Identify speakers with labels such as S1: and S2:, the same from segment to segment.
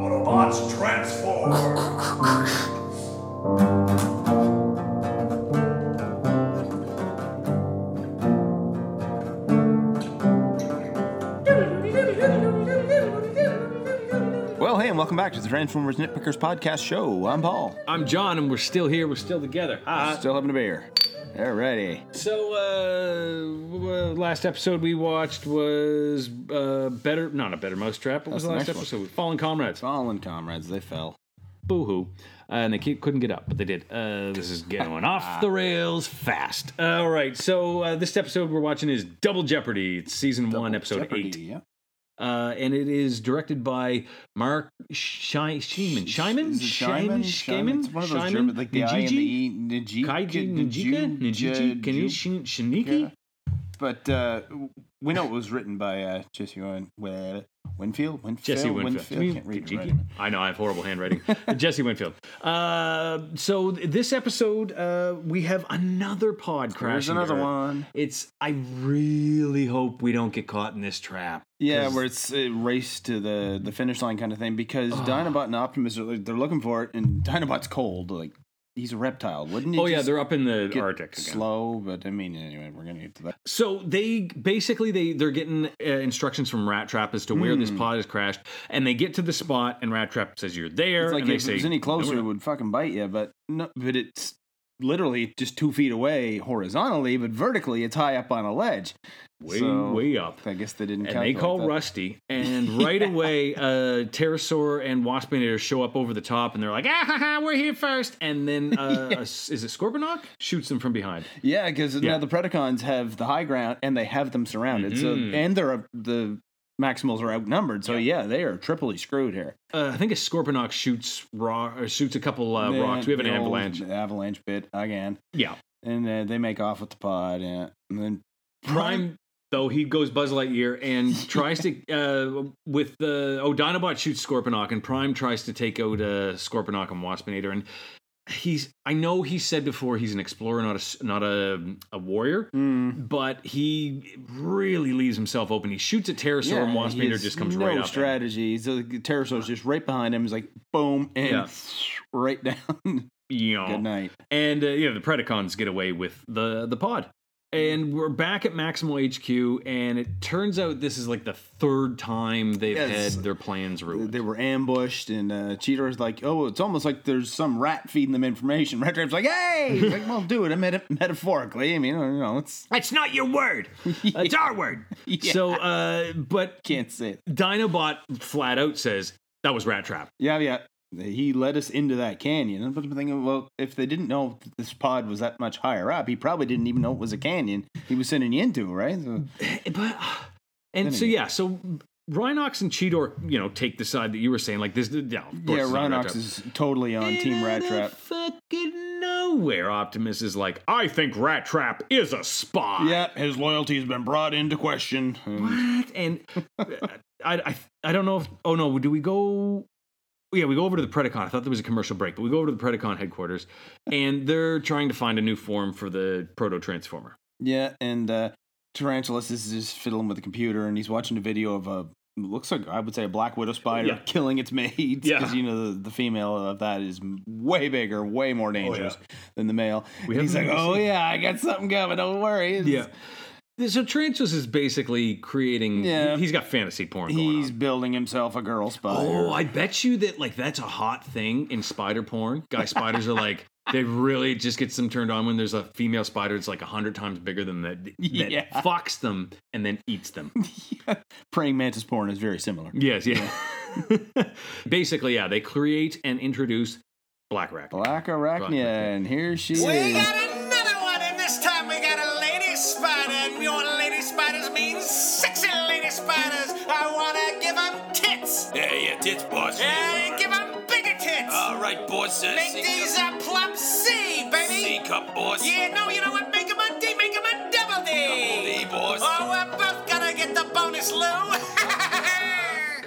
S1: Autobots transform!
S2: Well, hey, and welcome back to the Transformers Nitpickers Podcast Show. I'm Paul.
S3: I'm John, and we're still here. We're still together. Hi.
S2: Still having a beer. Alrighty.
S3: So, uh, w- w- last episode we watched was uh, better, not a better mousetrap. What was
S2: That's
S3: the
S2: the
S3: last
S2: next one.
S3: episode? Fallen comrades.
S2: Fallen comrades, they fell.
S3: Boo hoo. Uh, and they keep, couldn't get up, but they did. Uh, this is going off the rails fast. All right. So uh, this episode we're watching is Double Jeopardy. It's season one, episode
S2: Jeopardy,
S3: eight,
S2: Yeah.
S3: uh, and it is directed by Mark Shi- Shaiman. Shaiman.
S2: Is it Shyman? Shyman? It's one of those German, like the I and the E. Nijiki?
S3: Kaiji Nijika?
S2: Niju-
S3: Nijiki?
S2: Ju- Ju-
S3: Kanishi? Shiniki?
S2: But uh, w- we know it was written by uh, Jesse Win- Wi- Winfield. Winfield.
S3: Jesse Winfield.
S2: Winfield. Can't read it right.
S3: Jiki? I know, I have horrible handwriting. Jesse Winfield. Uh, so th- this episode, uh, we have another pod crash.
S2: There's another one.
S3: It's. I really hope we don't get caught in this trap.
S2: Yeah,
S3: 'Cause-
S2: where it's a race to the, the finish line kind of thing because Dinobot and Optimus are like, they're looking for it, and Dinobot's cold. Like he's a reptile, wouldn't he?
S3: Oh yeah,
S2: just
S3: they're up in the
S2: get
S3: Arctic. Again.
S2: slow, but I mean, anyway, we're gonna get to that.
S3: So they basically they they're getting uh, instructions from Rat Trap as to where
S2: Hmm.
S3: this pod has crashed, and they get to the spot, and Rat Trap says, "You're there."
S2: It's like
S3: and they
S2: if
S3: say,
S2: it was any closer,
S3: "No,
S2: it
S3: we're
S2: would fucking bite you. But no, but it's literally just two feet away horizontally, but vertically, it's high up on a ledge.
S3: way
S2: So,
S3: way up."
S2: I guess they didn't.
S3: and they
S2: calculate
S3: call
S2: that.
S3: Rusty, and right away, uh, Pterosaur and Waspinator show up over the top, and they're like, "Ah ha ha, we're here first. And then, uh, a s- is it Scorponok shoots them from behind?
S2: Yeah, because
S3: Yeah.
S2: now the Predacons have the high ground and they have them surrounded.
S3: Mhm.
S2: So and they're up- the Maximals are outnumbered. So yeah, they are triply screwed here.
S3: Uh, I think a Scorponok shoots raw or shoots a couple uh,
S2: They-
S3: rocks. We have an
S2: the old
S3: avalanche.
S2: Avalanche bit again,
S3: Yeah,
S2: and uh, they make off with the pod, and, and then
S3: Prime. Though he goes Buzz Lightyear and tries to uh, with the oh Dinobot shoots Scorponok and Prime tries to take out uh, Scorponok and Waspinator and he's I know he said before he's an explorer not a s- not a a warrior
S2: Mm.
S3: but he really leaves himself open. He shoots at Pterosaur and
S2: he
S3: Waspinator
S2: has
S3: just comes
S2: no
S3: right up.
S2: strategy. So the pterosaur's just right behind him. He's like boom and
S3: Yeah.
S2: right down. Oh.
S3: Yeah.
S2: Good night.
S3: And uh, yeah, the Predacons get away with the the pod. And we're back at Maximal HQ, and it turns out this is like the third time they've
S2: Yes.
S3: had their plans ruined.
S2: They were ambushed, and uh, Cheetor's like, "Oh, it's almost like there's some rat feeding them information." Rat Trap's like, "Hey, He's like, well, do it." I meta- metaphorically. I mean, you know, it's
S3: That's not your word. It's our word. So, uh, but
S2: can't say it.
S3: Dinobot flat out says that was Rat Trap.
S2: Yeah, yeah. He led us into that canyon. And I'm thinking, well, if they didn't know that this pod was that much higher up, he probably didn't even know it was a canyon he was sending you into, right? So,
S3: But and
S2: uh, Then
S3: so
S2: again-
S3: yeah, so Rhinox and Cheetor, you know, take the side that you were saying. Like this, yeah, Mm, of
S2: yeah,
S3: course it's not Rat
S2: Rhinox
S3: Trap.
S2: is totally on
S3: And
S2: Team Rat
S3: outta
S2: Trap.
S3: Fucking nowhere. Optimus is like, I think Rat Trap is a spy.
S2: Yeah, his loyalty has been brought into question. And
S3: What? And uh, I, I, I don't know if. Oh no, do we go? Yeah, we go over to the Predacon. I thought there was a commercial break, but we go over to the Predacon headquarters, and they're trying to find a new form for the Proto Transformer.
S2: Yeah, and uh, Tarantulas is just fiddling with the computer, and he's watching a video of a looks like I would say a black widow spider
S3: Yeah.
S2: killing its mates.
S3: Yeah.
S2: because you know the, the female of that is m- way bigger, way more dangerous than the male.
S3: Oh, We
S2: And he's like,
S3: haven't
S2: "Oh
S3: really
S2: yeah, I got something coming. Don't worry." It's-
S3: So Transus is basically creating.
S2: Yeah.
S3: He's got fantasy porn
S2: he's
S3: going on.
S2: building himself a girl spider.
S3: Oh, I bet you that like that's a hot thing in spider porn. Guy spiders are like they really just gets them turned on when there's a female spider that's like a hundred times bigger than that that
S2: Yeah.
S3: fucks them and then eats them.
S2: praying mantis porn is very similar.
S3: Yes, yeah. Basically, yeah, they create and introduce Black Rack.
S2: Black arachnia, and here she
S4: We
S2: is.
S4: got another one, and this time we got a lady spider. And we want lady spiders means sexy lady spiders. I want to give them tits.
S5: Yeah, yeah, tits, boss.
S4: And give them bigger tits.
S5: All right, boss. Uh,
S4: Make
S5: C-
S4: these a plump C,
S5: C
S4: baby.
S5: cup, boss.
S4: Yeah, no, you know what? Make them a D, make them a double D.
S5: D, boss.
S4: Oh, we're both gonna get the bonus, Lou.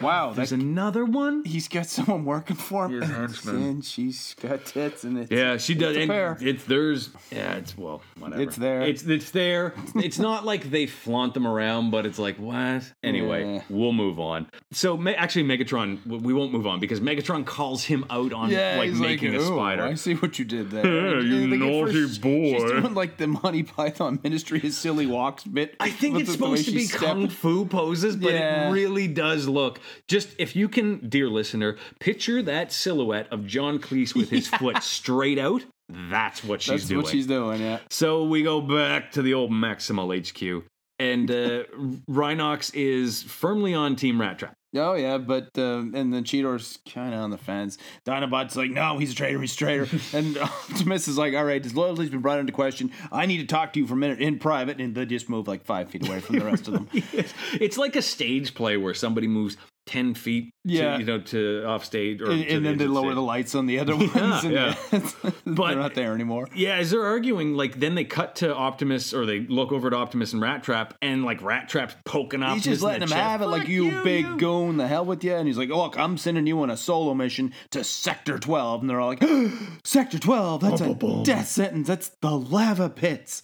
S2: Wow,
S3: There's
S2: that,
S3: another one.
S2: he's got someone working for him.
S3: He is an X-Men.
S2: and she's got tits and it's
S3: Yeah, she does.
S2: a
S3: and
S2: pair.
S3: It's theirs. Yeah, it's well, whatever.
S2: It's there.
S3: It's it's there. it's not like they flaunt them around, but it's like what? Anyway,
S2: Yeah.
S3: we'll move on. So me- actually, Megatron. w- We won't move on because Megatron calls him out on
S2: Yeah,
S3: like
S2: he's
S3: making a
S2: "Oh,
S3: spider.
S2: I see what you did
S3: Yeah,
S2: there.
S3: you
S2: They get
S3: naughty
S2: first-
S3: boy.
S2: She's doing like the Monty Python Ministry of Silly Walks bit.
S3: I think
S2: with
S3: it's
S2: the- the way
S3: supposed to
S2: she
S3: be
S2: stepped.
S3: kung fu poses, but
S2: Yeah.
S3: it really does look just if you can, dear listener, picture that silhouette of John Cleese with his foot straight out. That's what she's
S2: That's
S3: doing.
S2: what she's doing. Yeah.
S3: So we go back to the old Maximal HQ, and uh, Rhinox is firmly on Team Rat Trap.
S2: Oh yeah, but uh, and then Cheetor's kind of on the fence. Dinobot's like, no, he's a traitor, he's a traitor. and Optimus is like, all right, his loyalty's been brought into question. I need to talk to you for a minute in private, and they just move like five feet away from the rest of them.
S3: it's like a stage play where somebody moves ten feet, to,
S2: Yeah.
S3: you know, to off stage, or
S2: And,
S3: to
S2: and
S3: the
S2: then they
S3: exit
S2: lower
S3: stage.
S2: the lights on the other ones. and
S3: yeah.
S2: they're not there anymore.
S3: Yeah, as they're arguing, like then they cut to Optimus, or they look over to Optimus and Rat Trap, and like Rat Trap's poking
S2: He's
S3: Optimus.
S2: just
S3: in
S2: letting
S3: the
S2: him
S3: chest.
S2: have it, like
S3: Fuck
S2: you, big
S3: you.
S2: goon, the hell with you. And he's like, "Look, I'm sending you on a solo mission to Sector 12." And they're all like, "Sector 12? That's a death sentence. That's the lava pits."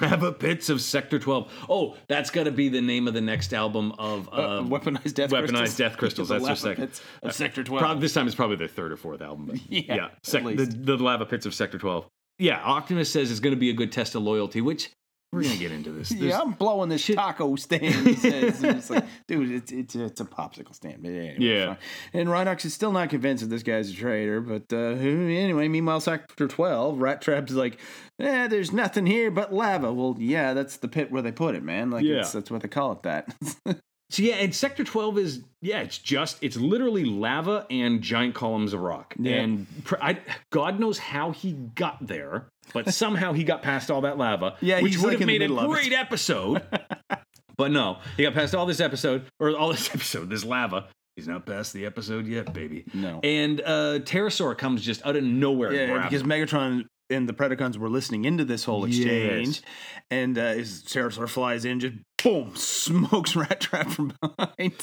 S3: Lava pits of Sector Twelve. Oh, that's got to be the name of the next album of
S2: Uh,
S3: um,
S2: weaponized death.
S3: Weaponized
S2: crystals.
S3: Death Crystals,
S2: The
S3: that's their
S2: lava
S3: second.
S2: pits of Sector 12.
S3: Prob- this time it's probably their third or fourth album. But yeah,
S2: Yeah,
S3: Sec-
S2: at
S3: the,
S2: least.
S3: the Lava Pits of Sector 12. Yeah, Optimus says it's going to be a good test of loyalty, which we're going to get into this. There's-
S2: yeah, I'm blowing this
S3: Shit.
S2: taco stand. He says, and it's like, dude, it's, it's it's a popsicle stand. But anyway,
S3: Yeah.
S2: fine. And Rhinox is still not convinced that this guy's a traitor. But uh, anyway, meanwhile, Sector 12, Rat Trap's like, eh, there's nothing here but lava. Well, yeah, that's the pit where they put it, man. Like,
S3: Yeah.
S2: it's, that's what they call it. That.
S3: So yeah, and Sector 12 is yeah, it's just it's literally lava and giant columns of rock.
S2: Yeah.
S3: And pr- I, God knows how he got there, but somehow he got past all that lava.
S2: Yeah,
S3: which
S2: he's,
S3: would
S2: like, in
S3: have
S2: the
S3: made a
S2: middle of it.
S3: great episode. but no, he got past all this episode or all this episode, this lava. He's not past the episode yet, baby.
S2: No.
S3: And uh Pterosaur comes just out of nowhere. and
S2: yeah,
S3: grabs
S2: because
S3: him.
S2: Megatron and the Predacons were listening into this whole exchange,
S3: Yes.
S2: and uh, his Pterosaur flies in, just boom, smokes Rat Trap from behind.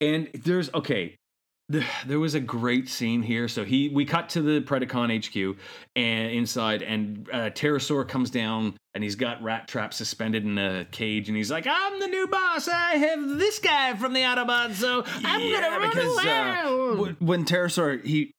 S3: And there's okay. th- There was a great scene here. So he we cut to the Predacon HQ and inside, and uh, Pterosaur comes down and he's got Rat Trap suspended in a cage, and he's like, "I'm the new boss. I have this guy from the Autobots, so I'm
S2: Yeah,
S3: gonna run
S2: because, uh,
S3: around."
S2: Wh- when Pterosaur he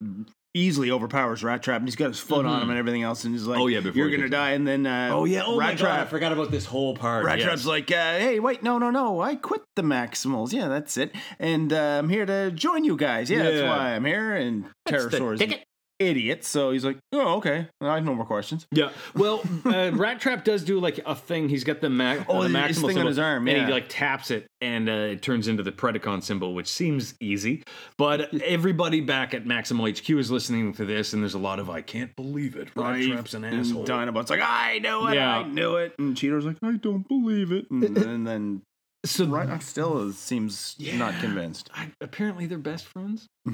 S2: easily overpowers Rat Trap and he's got his foot on him and everything else and he's like,
S3: Oh, yeah, before
S2: you're
S3: he
S2: gonna
S3: gets-
S2: die." And then uh,
S3: oh yeah, oh my
S2: Rat
S3: God, I
S2: Trap.
S3: forgot about this whole part.
S2: Rat
S3: yes.
S2: Trap's like, uh, hey, wait, no, no, no, I quit the Maximals. Yeah, that's it. And uh, I'm here to join you guys. Yeah, that's
S3: Yeah.
S2: why I'm here. And Pterosaur is an
S3: ticket.
S2: idiot, so he's like, oh, okay, I have no more questions.
S3: Yeah. Well, uh, Rat Trap does do like a thing. He's got the max.
S2: Oh,
S3: the
S2: his
S3: maximal
S2: thing on
S3: symbol,
S2: his arm,
S3: And
S2: yeah.
S3: he like taps it, and uh, it turns into the Predacon symbol, which seems easy. But everybody back at Maximal HQ is listening to this, and there's a lot of "I can't believe it." Rat Trap's an
S2: And
S3: asshole.
S2: Dinobot's like, I knew it,
S3: Yeah.
S2: I knew it. And Cheetor's like, I don't believe it. And, and then
S3: So
S2: Rhinox still is- seems not
S3: Yeah.
S2: convinced.
S3: I, apparently they're best friends.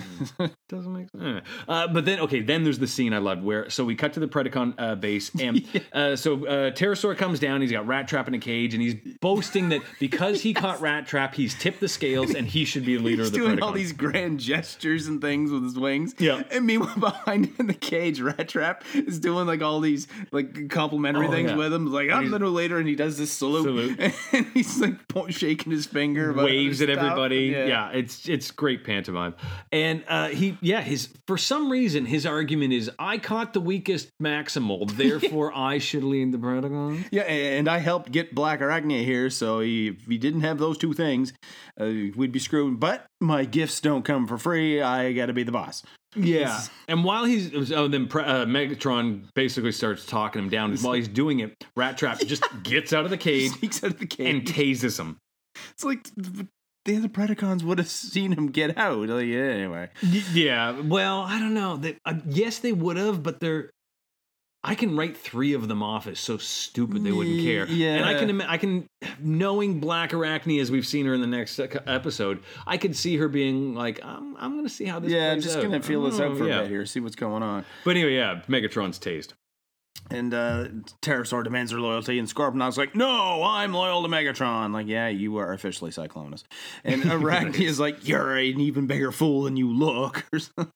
S3: Doesn't make sense. Mm-hmm. Uh, but then, okay, then there's the scene I loved where so we cut to the Predacon uh, base, and uh, so uh, Pterosaur comes down. He's got Rat Trap in a cage, and he's boasting that because he caught Rat Trap, he's tipped the scales, and he should be the leader
S2: He's
S3: of the
S2: doing
S3: Predacon.
S2: all these grand gestures and things with his wings.
S3: Yeah.
S2: And meanwhile, behind him in the cage, Rat Trap is doing like all these like complimentary
S3: Oh,
S2: things
S3: yeah.
S2: with him. Like I'm
S3: he's-
S2: the new leader, and he does this salute,
S3: Salute.
S2: and he's like po- shaking his finger, about
S3: waves at
S2: other stuff.
S3: everybody. Yeah. it's it's great pantomime. And uh, he, yeah, his for some reason his argument is I caught the weakest Maximal, therefore I should lead the Predacon.
S2: Yeah, and I helped get Black Arachne here, so he, if he didn't have those two things, uh, we'd be screwed. But my gifts don't come for free. I got to be the boss.
S3: Yeah, and while he's oh, then Pre- uh, Megatron basically starts talking him down. While he's doing it, Rat Trap just gets out of the
S2: He
S3: cage
S2: sneaks out of the cage.
S3: and tases him.
S2: it's like the the other Predacons would have seen him get out. Like, yeah, anyway.
S3: Y- yeah, well, I don't know. That uh, yes, they would have, but they're. I can write three of them off as so stupid they wouldn't care.
S2: Yeah.
S3: and I can ima- I can knowing Black Arachne as we've seen her in the next ec- episode, I could see her being like, I'm, I'm gonna see how this.
S2: Yeah, I'm
S3: plays
S2: just
S3: out.
S2: gonna feel this
S3: I don't
S2: out
S3: know,
S2: for
S3: Oh, yeah.
S2: a bit here, see what's going on.
S3: But anyway, yeah, Megatron's tased.
S2: And uh, Pterosaur demands her loyalty, and Scorponok's like, "No, I'm loyal to Megatron." Like, yeah, you are officially Cyclonus. And Arachne is like, "You're an even bigger fool than you look." or something.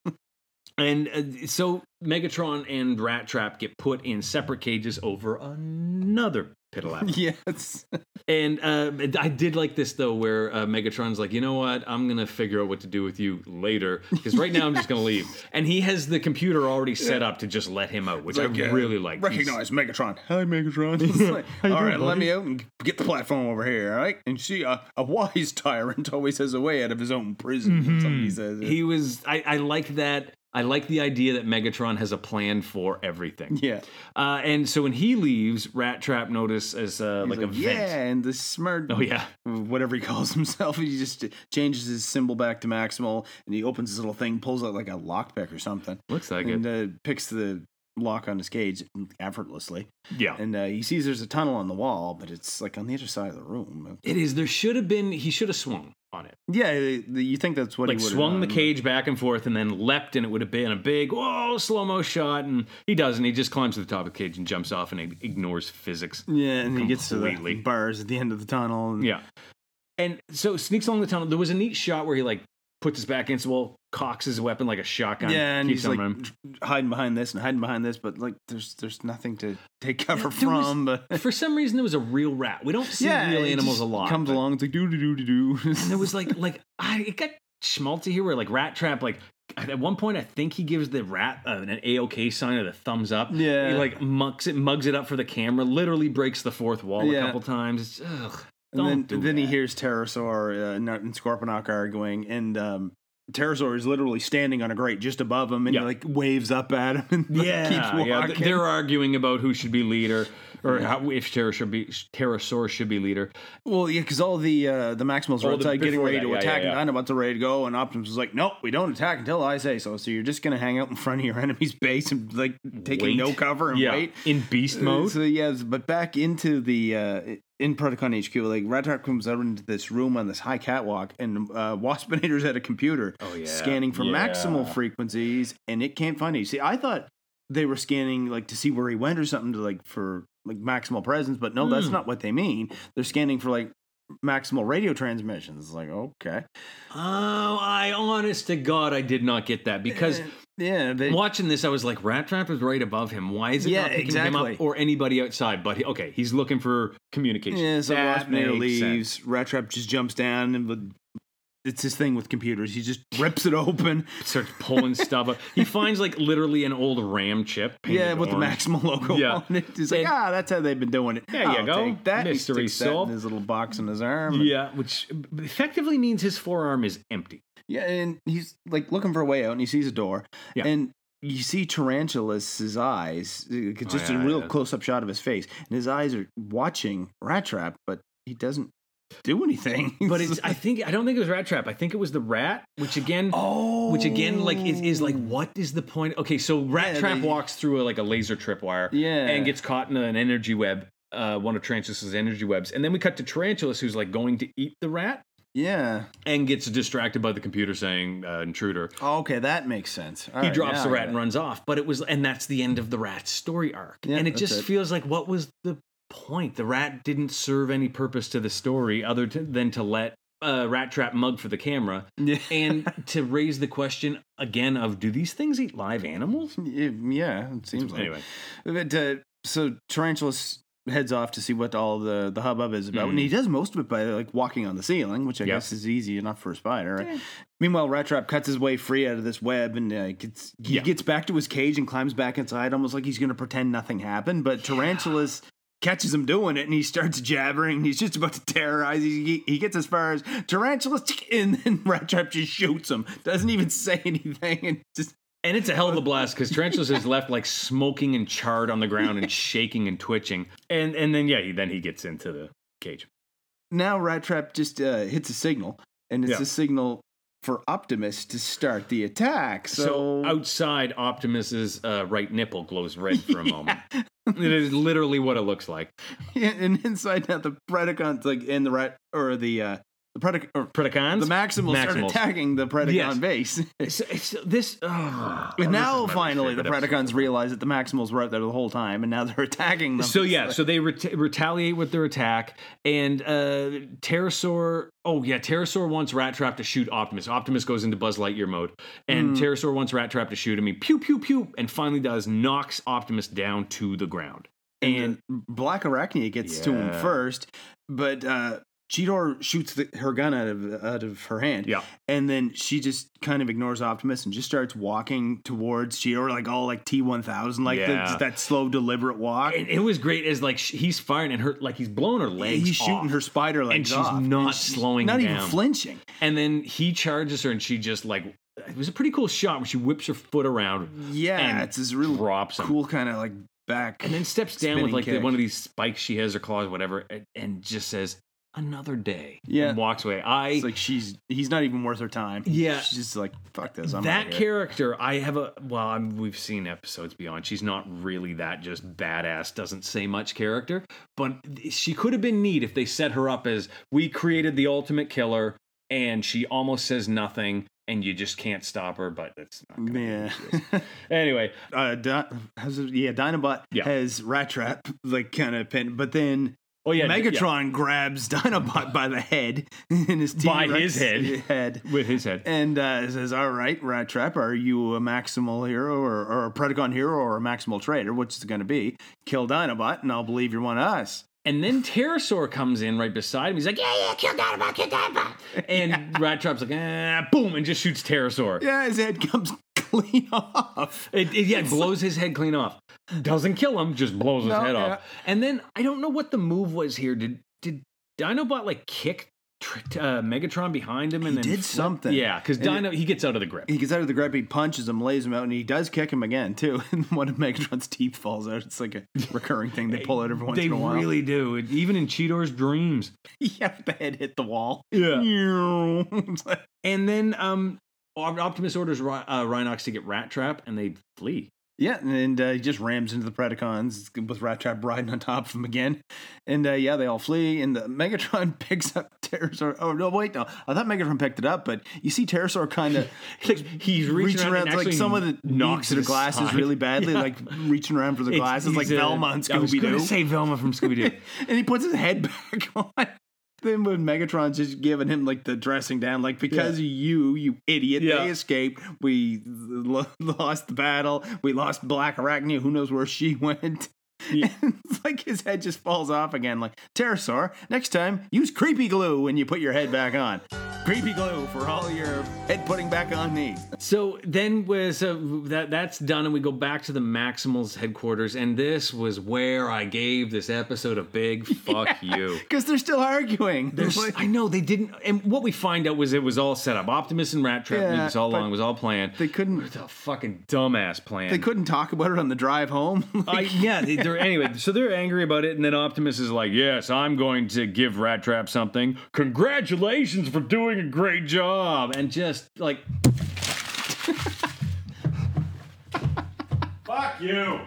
S3: And uh, so Megatron and Rat Trap get put in separate cages over another pitalap.
S2: yes.
S3: and uh, I did like this though, where uh, Megatron's like, you know what? I'm gonna figure out what to do with you later because right now I'm just gonna leave. And he has the computer already set up to just let him out, which
S2: Like,
S3: I
S2: uh,
S3: really like.
S2: Recognize Megatron. Hi, Megatron. It's like,
S3: How you
S2: all
S3: doing,
S2: right, let
S3: buddy?"
S2: me out and get the platform over here. All right. And she, uh, a wise tyrant, always has a way out of his own prison. or
S3: Mm-hmm.
S2: something he says.
S3: He was. I, I like that. I like the idea that Megatron has a plan for everything.
S2: yeah.
S3: Uh, and so when he leaves, Rat Trap notice as uh, like,
S2: He's
S3: a
S2: like, yeah,
S3: vent.
S2: and the smart
S3: Oh yeah.
S2: whatever he calls himself. He just changes his symbol back to Maximal, and he opens his little thing, pulls out like a lockpick or something,
S3: Looks like
S2: and
S3: it.
S2: uh, picks the lock on his cage effortlessly.
S3: Yeah.
S2: And uh, he sees there's a tunnel on the wall, but it's like on the other side of the room.
S3: It is. There should have been. He should have swung on it.
S2: Yeah, the- the- you think that's what
S3: Like
S2: he would've
S3: swung the
S2: done.
S3: cage back and forth and then leapt, and it would have been a big whoa slow mo shot. And he doesn't. He just climbs to the top of the cage and jumps off and ig- ignores physics.
S2: Yeah, and he gets to the
S3: completely.
S2: bars at the end of the tunnel. And
S3: Yeah. And so sneaks along the tunnel. There was a neat shot where he like puts his back against the wall, cocks his weapon like a shotgun.
S2: Yeah, and
S3: keeps
S2: he's like
S3: on him.
S2: hiding behind this and hiding behind this, but like there's there's nothing to take cover
S3: There was-
S2: from. but
S3: for some reason there was a real rat. We don't see real
S2: it
S3: animals
S2: just
S3: a lot.
S2: Comes
S3: but-
S2: along, it's like doo doo doo doo doo.
S3: And there was like like I it got schmaltzy here where like Rat Trap like at one point I think he gives the rat uh, an AOK sign or the thumbs up.
S2: Yeah.
S3: he like mucks it, mugs it up for the camera. Literally breaks the fourth wall
S2: Yeah.
S3: a couple times. It's, ugh,
S2: And then,
S3: don't do
S2: then he
S3: that.
S2: hears Pterosaur uh, and- and Scorponok arguing, and um, Pterosaur is literally standing on a grate just above him, and
S3: Yeah.
S2: he like waves up at him and like,
S3: Yeah,
S2: keeps walking.
S3: yeah. th- They're arguing about who should be leader or how, if Pterosaur should be Pterosaur should be leader.
S2: well, yeah, because all the uh, the Maximals are
S3: Oh, the-
S2: outside getting
S3: before
S2: ready
S3: that,
S2: to
S3: yeah,
S2: attack,
S3: yeah, yeah.
S2: and Dinobots are ready to go, and Optimus is like, "Nope, we don't attack until I say so. So you're just gonna hang out in front of your enemy's base and like taking
S3: Wait.
S2: no cover and wait."
S3: in beast mode.
S2: So yes, but back into the uh, in Protocon HQ, like Rat Trap comes out into this room on this high catwalk, and uh, Waspinator's at a computer
S3: Oh, yeah.
S2: scanning for
S3: Yeah.
S2: maximal frequencies, and it can't find it. See, I thought they were scanning like to see where he went or something to like for like maximal presence, but no, that's
S3: Hmm.
S2: not what they mean. They're scanning for like maximal radio transmissions. It's Like okay,
S3: Oh, I honest to God, I did not get that
S2: Eh.
S3: because
S2: yeah, they,
S3: watching this, I was like, Rat Trap is right above him. Why is it
S2: Yeah,
S3: not picking him
S2: exactly.
S3: up or anybody outside? But he, okay, he's looking for communication.
S2: Yeah, so
S3: That
S2: Waspinator
S3: makes sense.
S2: leaves. Rat Trap just jumps down and with- it's his thing with computers. He just rips it open.
S3: Starts pulling stuff up. He finds like literally an old RAM chip.
S2: Yeah,
S3: painted
S2: with
S3: orange.
S2: the Maxima logo
S3: Yeah.
S2: on it. He's like,
S3: And-
S2: ah, that's how they've been doing it.
S3: There you
S2: I'll
S3: go.
S2: Take that. He
S3: Mystery
S2: sticks that in
S3: solved.
S2: his little box in his arm. and-
S3: Yeah, which effectively means his forearm is empty.
S2: yeah, and he's like looking for a way out, and he sees a door.
S3: Yeah.
S2: and you see Tarantulas' eyes. It's just
S3: Oh, yeah,
S2: a real
S3: yeah.
S2: close-up shot of his face, and his eyes are watching Rat Trap, but he doesn't do anything.
S3: But it's, I think I don't think it was Rat Trap. I think it was the rat, which again,
S2: oh,
S3: which again, like is, is like what is the point? Okay, so Rat
S2: Yeah,
S3: Trap
S2: they-
S3: walks through a, like a laser tripwire,
S2: Yeah.
S3: and gets caught in an energy web. Uh, one of Tarantulas' energy webs, and then we cut to Tarantulas, who's like going to eat the rat,
S2: yeah.
S3: and gets distracted by the computer saying uh, "intruder."
S2: Oh, okay, that makes sense. All
S3: he
S2: right,
S3: drops
S2: now
S3: the
S2: I
S3: rat
S2: get
S3: and
S2: it.
S3: runs off. But it was, and that's the end of the rat's story arc.
S2: Yeah,
S3: and it
S2: that's
S3: just
S2: it.
S3: feels like, what was the point? The rat didn't serve any purpose to the story other to, than to let uh, Rat Trap mug for the camera
S2: Yeah.
S3: and to raise the question again of, do these things eat live animals?
S2: It- yeah, it seems like.
S3: Anyway,
S2: But, uh, so Tarantulas heads off to see what all the, the hubbub is about, and he does most of it by like walking on the ceiling, which I
S3: Mm. Yeah.
S2: guess is easy enough for a spider. Right? Meanwhile, Rat Trap cuts his way free out of this web, and uh, gets, he
S3: Yeah.
S2: gets back to his cage and climbs back inside, almost like he's going to pretend nothing happened. But Tarantulas. Catches him doing it, and he starts jabbering. and He's just about to terrorize. He, he- he gets as far as tarantulas, and then Rat Trap just shoots him. Doesn't even say anything, and just
S3: and it's a hell of a blast because Tarantulas is left like smoking and charred on the ground and shaking and twitching. And and then yeah, he, then he gets into the cage.
S2: now Rat Trap just uh, hits a signal, and it's
S3: Yeah.
S2: a signal for Optimus to start the attack. So,
S3: So, outside, Optimus's uh, right nipple glows red for a moment. It is literally what it looks like.
S2: and inside now the Predacons like and the rat or the uh, the Predacon, or
S3: Predacons?
S2: the Maximals, start attacking the Predacon
S3: Yes.
S2: base.
S3: It's, it's, this. ah.
S2: But
S3: This is
S2: now
S3: my
S2: finally the
S3: favorite episode.
S2: Predacons realize that the Maximals were out there the whole time, and now they're attacking them.
S3: So yeah, so they ret- retaliate with their attack, and uh, Pterosaur. Oh yeah, Pterosaur wants Rat Trap to shoot Optimus. Optimus goes into Buzz Lightyear mode, and
S2: Hmm.
S3: Pterosaur wants Rat Trap to shoot him. He pew pew pew, and finally does knocks Optimus down to the ground. And
S2: Black Arachnia gets to him
S3: Yeah.
S2: first, but uh, Cheetor shoots the, her gun out of out of her hand.
S3: yeah,
S2: And then she just kind of ignores Optimus and just starts walking towards Cheetor, like all like T one thousand, like the-
S3: Yeah.
S2: that slow deliberate walk.
S3: and it was great as like sh- he's firing and her like he's blowing her legs.
S2: he's shooting
S3: off.
S2: her spider legs
S3: she's
S2: off,
S3: not slowing
S2: not even
S3: down.
S2: flinching.
S3: and then he charges her, and she just like it was a pretty cool shot where she whips her foot around,
S2: Yeah,
S3: And
S2: it's this real
S3: drops him.
S2: cool kind of like back.
S3: and then steps down with
S2: Spinning
S3: like the,
S2: kick.
S3: one of these spikes she has or claws, whatever, and, and just says another day.
S2: Yeah.
S3: and walks away. I
S2: it's like she's he's not even worth her time.
S3: Yeah.
S2: she's just like fuck this. I'm
S3: that
S2: outta here.
S3: character, I have a well, I'm, we've seen episodes beyond. She's not really that just badass, doesn't say much character, but she could have been neat if they set her up as we created the ultimate killer, and she almost says nothing, and you just can't stop her. But that's not gonna
S2: Yeah.
S3: anyway.
S2: uh, Di- how's it- yeah, Dinobot
S3: Yeah.
S2: has Rat Trap like kind of pinned, but then
S3: Oh yeah, yeah,
S2: Megatron grabs Dinobot by the head in his
S3: By
S2: T-Rex
S3: his head.
S2: head.
S3: with his head.
S2: And uh, says, "All right, Rat Trap, are you a maximal hero or, or a Predacon hero or a maximal traitor? What's it going to be? Kill Dinobot, and I'll believe you're one of us."
S3: And then Pterosaur comes in right beside him. He's like, yeah, yeah, kill Dinobot, kill Dinobot. And Rat Trap's like, ah, boom, and just shoots Pterosaur.
S2: Yeah, his head comes clean off.
S3: It, it- yeah, it blows his head clean off. Doesn't kill him, just blows his
S2: No,
S3: head
S2: yeah.
S3: off. And then I don't know what the move was here. Did did Dinobot like kick tr- uh, Megatron behind him and
S2: He
S3: then
S2: did
S3: flip-
S2: something.
S3: Yeah, because
S2: And it-
S3: Dino he gets out of the grip.
S2: He gets out of the grip, he punches him, lays him out, and he does kick him again too. And one of Megatron's teeth falls out. It's like a recurring thing they pull out every once
S3: they
S2: in a while.
S3: really do. It- even in Cheetor's dreams.
S2: yeah, the head hit the wall.
S3: Yeah.
S2: It's like-
S3: And then um, Op- Optimus orders Ri- uh, Rhinox to get Rat Trap, and they flee.
S2: yeah, and uh, he just rams into the Predacons with Rat Trap riding on top of him again. And uh, yeah, they all flee, and the Megatron picks up Pterosaur. Oh, no, wait, no. I thought Megatron picked it up, but you see Pterosaur kind of.
S3: Like, he's reaching,
S2: reaching around,
S3: and
S2: to, like
S3: actually
S2: someone that knocks
S3: knocks
S2: their
S3: it
S2: glasses
S3: aside.
S2: really badly,
S3: Yeah.
S2: like reaching around for the
S3: It's-
S2: glasses, like
S3: he's a-
S2: Velma and
S3: I was
S2: Scooby
S3: gonna
S2: Doo.
S3: Say Velma from Scooby Doo.
S2: and he puts his head back on. Then when Megatron's just giving him like the dressing down, like because of you, you idiot,
S3: Yeah.
S2: they escaped. We lo- lost the battle. We lost Black Arachnia. Who knows where she went?
S3: Yeah.
S2: And it's like his head just falls off again. Like pterosaur, next time use creepy glue when you put your head back on. Creepy glue for all your head putting back on needs.
S3: So then was so that that's done, and we go back to the Maximals headquarters, and this was where I gave this episode a big fuck you.
S2: Because they're still arguing.
S3: There's,
S2: Like-
S3: I know they didn't, and what we find out was it was all set up. Optimus and Rat Trap knew
S2: Yeah,
S3: this all
S2: but
S3: along, it was all planned.
S2: they couldn't.
S3: it's a fucking dumbass plan.
S2: They couldn't talk about it on the drive home.
S3: I,
S2: Like-
S3: yeah, they, they're anyway. So they're angry about it, and then Optimus is like, "Yes, I'm going to give Rat Trap something. Congratulations for doing a great job!" And just like,
S1: Fuck you.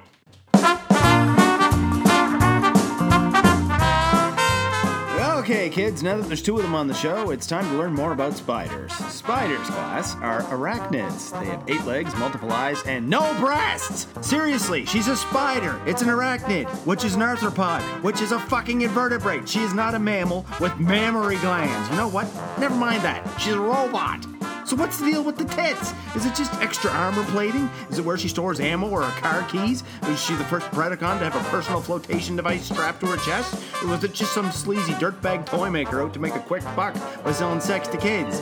S2: Okay, kids, now that there's two of them on the show, it's time to learn more about spiders. Spiders, class, are arachnids. They have eight legs, multiple eyes, and no breasts! Seriously, she's a spider. It's an arachnid, which is an arthropod, which is a fucking invertebrate. She is not a mammal with mammary glands. You know what? Never mind that. She's a robot. So what's the deal with the tits? Is it just extra armor plating? Is it where she stores ammo or her car keys? Was she the first Predacon to have a personal flotation device strapped to her chest? Or was it just some sleazy dirtbag toy maker out to make a quick buck by selling sex to kids?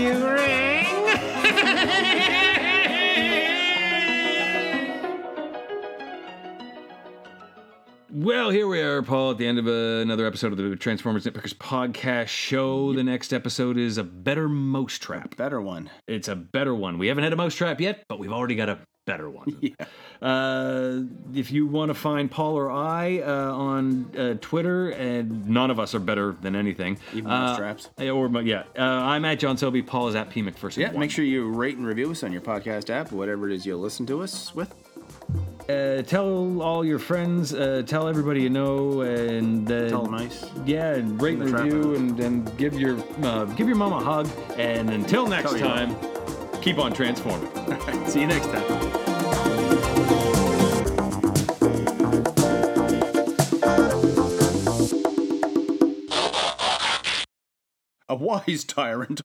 S2: You ring?
S3: well, here we are, Paul, at the end of uh, another episode of the Transformers Nitpickers podcast show. The next episode is a better mousetrap.
S2: Better one.
S3: It's a better one. We haven't had a mousetrap yet, but we've already got a better one. Uh, if you want to find Paul or I uh, on uh, Twitter, and none of us are better than anything.
S2: Even
S3: uh,
S2: mousetraps.
S3: Or but yeah, uh, I'm at John Selby. Paul is at P McPherson.
S2: Yeah, make sure you rate and review us on your podcast app, whatever it is you listen to us with.
S3: Uh, tell all your friends, uh, tell everybody you know, and uh,
S2: Tell 'em nice.
S3: Yeah, and rate and
S2: the trap
S3: review,
S2: out.
S3: and, and give your uh, give your mom a hug. And until next
S2: Tell your
S3: time, keep on transforming.
S2: See you next time. A wise tyrant